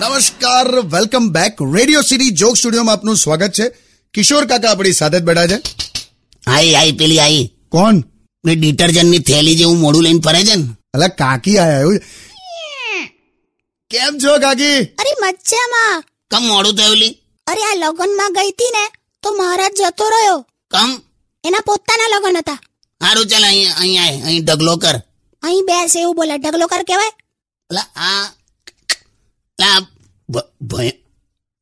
નમસ્કાર welcome back radio city joke સ્ટુડિયોમાં આપનું સ્વાગત છે કિશોર કાકા આપણી સાથે જ બેઠા છે આઈ આઈ પેલી આઈ કોણ ને ડિટર્જન્ટની થેલી જેવું મોડું લઈને ફરે છે ને અલા કાકી આયા એવું છે. કેમ છો કાકી અરે મજામાં કમ મોડું થયું લી અરે આ લગનમાં ગઈ હતી ને તો મહારાજ જતો રહ્યો કમ એના પોતાના લગન હતા હારું ચાલ અહીં અહીં આય અહીં ઢગલો કર અહીં બેસ એવું બોલે ઢગલો કર કહેવાય લા આ લા આ ભ- ભય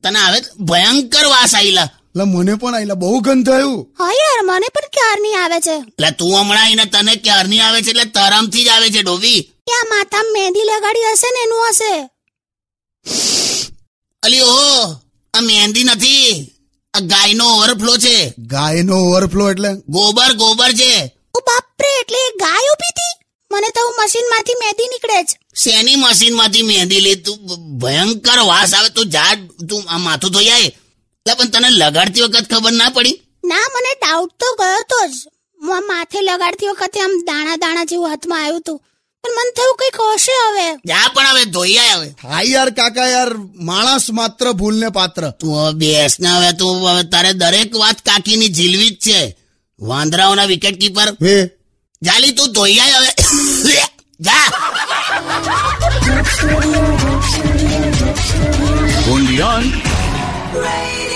તને આવે છે? ભયંકર વાસ આવી લા એટલે મને પણ આઈલા બહુ ગંધ થયું હા યાર મને પણ ક્યારની આવે છે એટલે તું હમણાં આઈને તને ક્યારની આવે છે એટલે તારામથી જ આવે છે ડોબી ત્યાં માથા મહેંદી લગાડી હશે ને એનું હશે અલી ઓહો આ મહેંદી નથી આ ગાયનો ઓવરફ્લો છે ગાયનો ઓવરફ્લો એટલે ગોબર ગોબર છે ઓ બાપરે એટલે એ ગાય ઊભી હતી મને તો હું મશીનમાંથી મહેંદી નીકળે જ શેની મશીનમાંથી મહેંદી લે તું ભ- ભયંકર વાસ આવે તું જા તું આ માથું ધોઈ આય એટલે પણ તને લગાડતી વખત ખબર ના પડી ના મને ડાઉટ તો ગયો તો જ હું આ માથે લગાડતી વખતે આમ દાણા દાણા જેવું હાથમાં આવ્યું હતું પણ મને થયું કંઈક હશે હવે જા પણ હવે ધોઈ આય હવે હા યાર કાકા યાર માણસ માત્ર ભૂલને પાત્ર તું હવે બેસ ને હવે તું હવે તારે દરેક વાત કાકીની ઝીલવી જ છે વાંદરાઓના વિકેટ કીપર હે જાલી તું ધોઈ આય હવે જા Undian. Radio